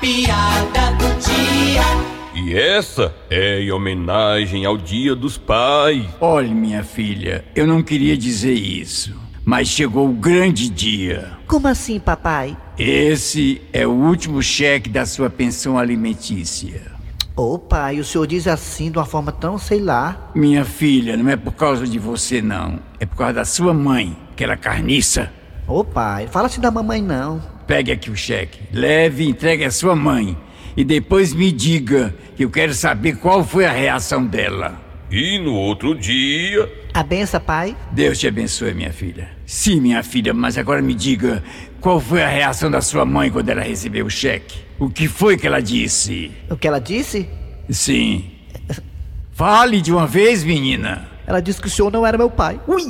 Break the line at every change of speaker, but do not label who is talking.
piada do dia.
E essa é em homenagem ao Dia dos Pais.
Olhe, minha filha, eu não queria dizer isso, mas chegou o grande dia.
Como assim, papai?
Esse é o último cheque da sua pensão alimentícia.
Ô pai, o senhor diz assim de uma forma tão, sei lá.
Minha filha, não é por causa de você, não. É por causa da sua mãe, aquela carniça.
Ô pai, fala-se da mamãe não.
Pegue aqui o cheque, leve e entregue à sua mãe. E depois me diga, que eu quero saber qual foi a reação dela.
E no outro dia,
A benção, pai?
Deus te abençoe, minha filha. Sim, minha filha, mas agora me diga, qual foi a reação da sua mãe quando ela recebeu o cheque? O que foi que ela disse?
O que ela disse?
Sim. Fale de uma vez, menina.
Ela disse que o senhor não era meu pai. Ui!